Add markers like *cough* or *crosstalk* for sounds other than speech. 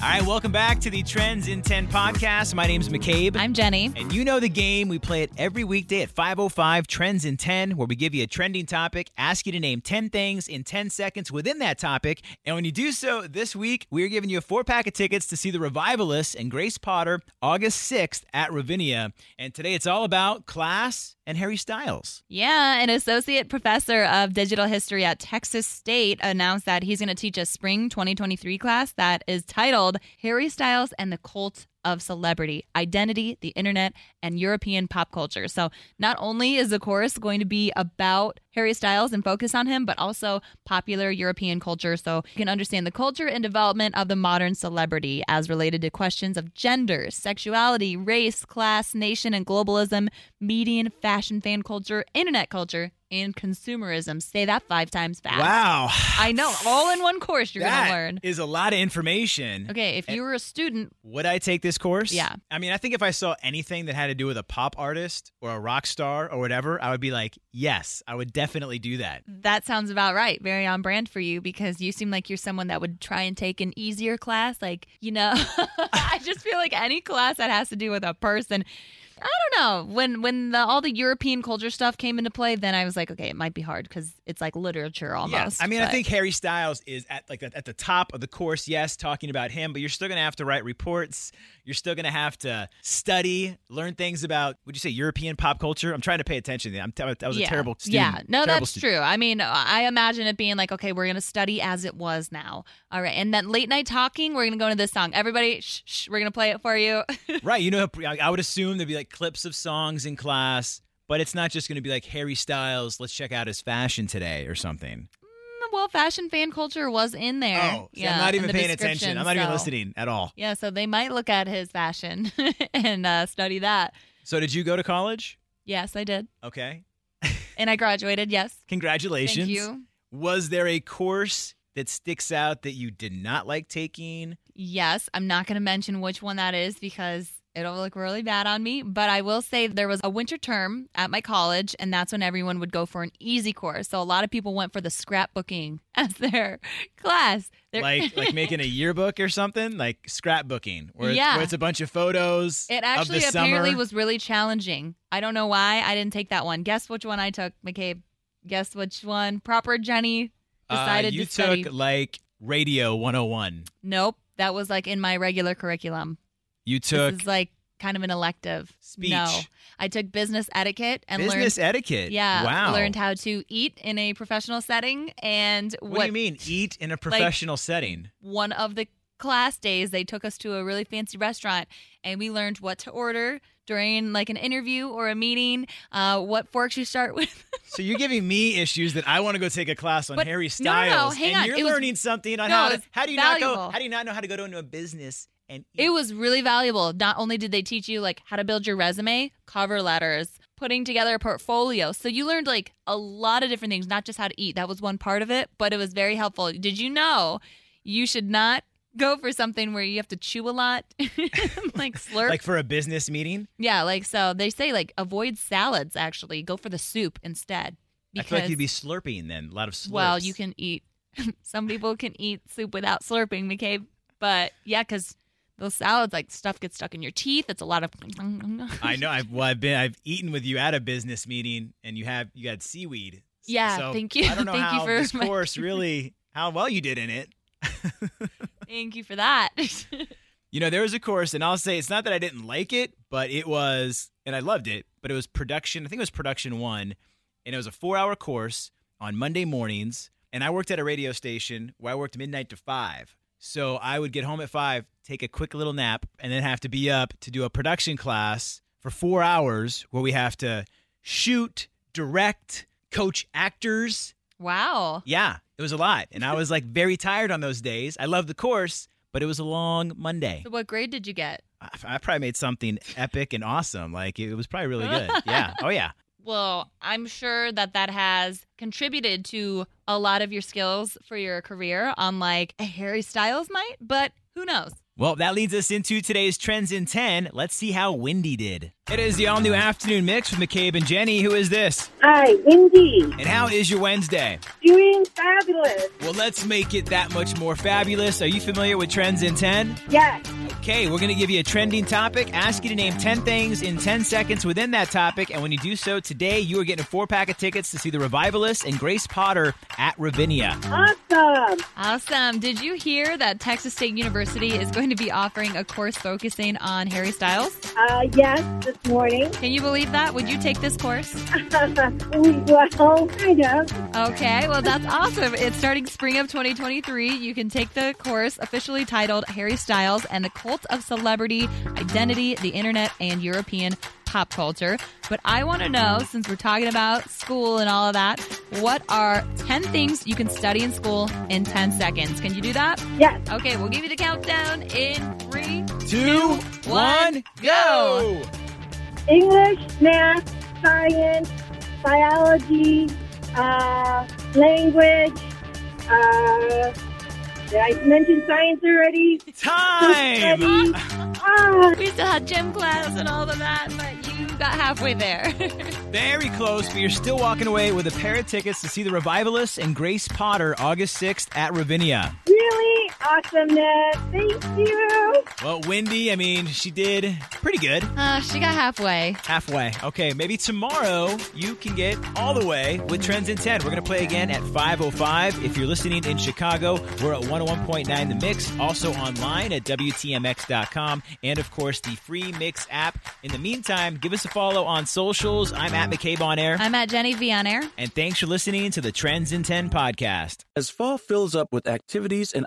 All right, welcome back to the Trends in 10 podcast. My name's McCabe. I'm Jenny. and you know the game. We play it every weekday at 505 Trends in 10, where we give you a trending topic, ask you to name 10 things in 10 seconds within that topic. And when you do so this week, we're giving you a four pack of tickets to see the Revivalists and Grace Potter August 6th at Ravinia. And today it's all about class and Harry Styles. Yeah, an associate professor of digital history at Texas State announced that he's going to teach a spring 2023 class that is titled Harry Styles and the Cult of Celebrity Identity, the Internet, and European Pop Culture. So, not only is the course going to be about Harry Styles and focus on him, but also popular European culture. So, you can understand the culture and development of the modern celebrity as related to questions of gender, sexuality, race, class, nation, and globalism, median, fashion, fan culture, internet culture, and consumerism. Say that five times fast. Wow. I know, all in one course you're going That Eh to learn. is a lot of information. Okay, if you were a student, Would I take this course? Yeah. I mean, I think if I saw anything that had to do with a pop artist or a rock star or whatever, I would be like, yes, I would definitely do that. That sounds about right. Very on brand for you because you seem like you're someone that would try and take an easier class. Like, you know, *laughs* I just feel like any class that has to do with a person. I don't know. When when the, all the European culture stuff came into play, then I was like, okay, it might be hard because it's like literature almost. Yeah. I mean, I but- think Harry Styles is at like at the top of the course. Yes, talking about him, but you're still gonna have to write reports. You're still gonna have to study, learn things about. Would you say European pop culture? I'm trying to pay attention. I'm t- I was a terrible student. Yeah, no, Terrible that's stu- true. I mean, I imagine it being like, okay, we're gonna study as it was now. All right, and then late night talking, we're gonna go into this song. Everybody, shh, shh we're gonna play it for you. Right. You know, I I would assume there'd be like clips of songs in class, but it's not just gonna be like Harry Styles. Let's check out his fashion today or something. well, fashion fan culture was in there. Oh, see, I'm not in even the paying attention. I'm not description, even so- listening at all. Yeah, so they might look at his fashion *laughs* and uh, study that. So, did you go to college? Yes, I did, Okay. and I graduated. Yes, Congratulations. thank you. Was there a course that sticks out that you did not like taking? Yes, I'm not going to mention which one that is because it'll look really bad on me. But I will say there was a winter term at my college, and that's when everyone would go for an easy course. So a lot of people went for the scrapbooking *laughs* as their class. Their- *laughs* Like like making a yearbook or something? Like scrapbooking, where, it's, Yeah. where it's a bunch of photos It actually of the apparently summer. was really challenging. I don't know why I didn't take that one. Guess which one I took, McCabe. Guess which one? Proper Jenny decided uh, You to study. took like Radio 101. Nope, that was like in my regular curriculum. You took this is like kind of an elective. Speech. No, I took business etiquette and business etiquette. learned. Yeah, Wow. learned how to eat in a professional setting and what, do you mean? Eat in a professional setting. one of the class days they took us to a really fancy restaurant and we learned what to order during like an interview or a meeting uh, what forks you start with So you're giving me issues that I want to go take a class on But- Harry no, no, Styles, hang and on. you're It was- learning something on No, how it to, was how do you not go valuable. how do you not know how to go into a business and eat? it was really valuable not only did they teach you like how to build your resume cover letters putting together a portfolio so you learned like a lot of different things not just how to eat that was one part of it but it was very helpful did you know you should not go for something where you have to chew a lot *laughs* like slurp like for a business meeting. Yeah, like so they say like avoid salads actually. Go for the soup instead. I feel like you'd be slurping then. A lot of slurps. well, you can eat *laughs* some people can eat soup without slurping, McCabe. But yeah, because those salads like stuff gets stuck in your teeth. It's a lot of *laughs* *laughs* I know. I've well, I've been I've eaten with you at a business meeting, and you have you had seaweed. Yeah, So thank you. I *laughs* don't know Thank you how for this my- course really how well you did in it. Thank you for that. *laughs* You know, there was a course, and I'll say it's not that I didn't like it, but it was, and I loved it, but it was production. I think it was production one, and it was a four hour course on Monday mornings. And I worked at a radio station where I worked midnight to five. So I would get home at five, take a quick little nap, and then have to be up to do a production class for four hours where we have to shoot, direct, coach actors, wow. yeah, it was a lot. And I was like very tired on those days. I loved the course, but it was a long Monday. So what grade did you get? I, I probably made something epic and awesome. Like it was probably really good. Yeah. Oh yeah. Well, I'm sure that that has contributed to a lot of your skills for your career, unlike Harry Styles might, but who knows? Well, that leads us into today's Trends in 10. Let's see how Wendy did. It is the all new afternoon mix with McCabe and Jenny. Who is this? Hi, Wendy. And how is your Wednesday? Doing fabulous. Well, let's make it that much more fabulous. Are you familiar with Trends in 10? Yes. Okay, we're going to give you a trending topic, ask you to name 10 things in 10 seconds within that topic. And when you do so, today you are getting a four pack of tickets to see The Revivalists and Grace Potter at Ravinia. Awesome. Awesome. Did you hear that Texas State University is going to be offering a course focusing on Harry Styles? Uh, yes, this morning. *laughs* Can you believe that? Would you take this course? well, kind of. Okay, well, that's awesome. It's starting spring of 2023. You can take the course officially titled Harry Styles and the Cult of Celebrity, Identity, the Internet, and European Pop Culture. But I want to know, since we're talking about school and all of that, what are 10 things you can study in school in 10 seconds? Can you do that? Yes. Okay, we'll give you the countdown in three. Two, one, go! English, math, science, biology, uh, language. Uh, did I mention science already? Time! Study. Ah, We still had gym class and all of that, but you got halfway there. *laughs* *laughs* Very close, but you're still walking away with a pair of tickets to see The Revivalists and Grace Potter August 6th at Ravinia. really awesomeness. Thank you. Well, Wendy, I mean, she did pretty good. uh, she got halfway. Halfway. Okay, maybe tomorrow you can get all the way with Trends in 10. We're going to play again at 5.05. If you're listening in Chicago, we're at 101.9 The Mix, also online at WTMX.com, and of course the free Mix app. In the meantime, give us a follow on socials. I'm at McCabe on air. I'm at Jenny V on air. And thanks for listening to the Trends in 10 podcast. As fall fills up with activities and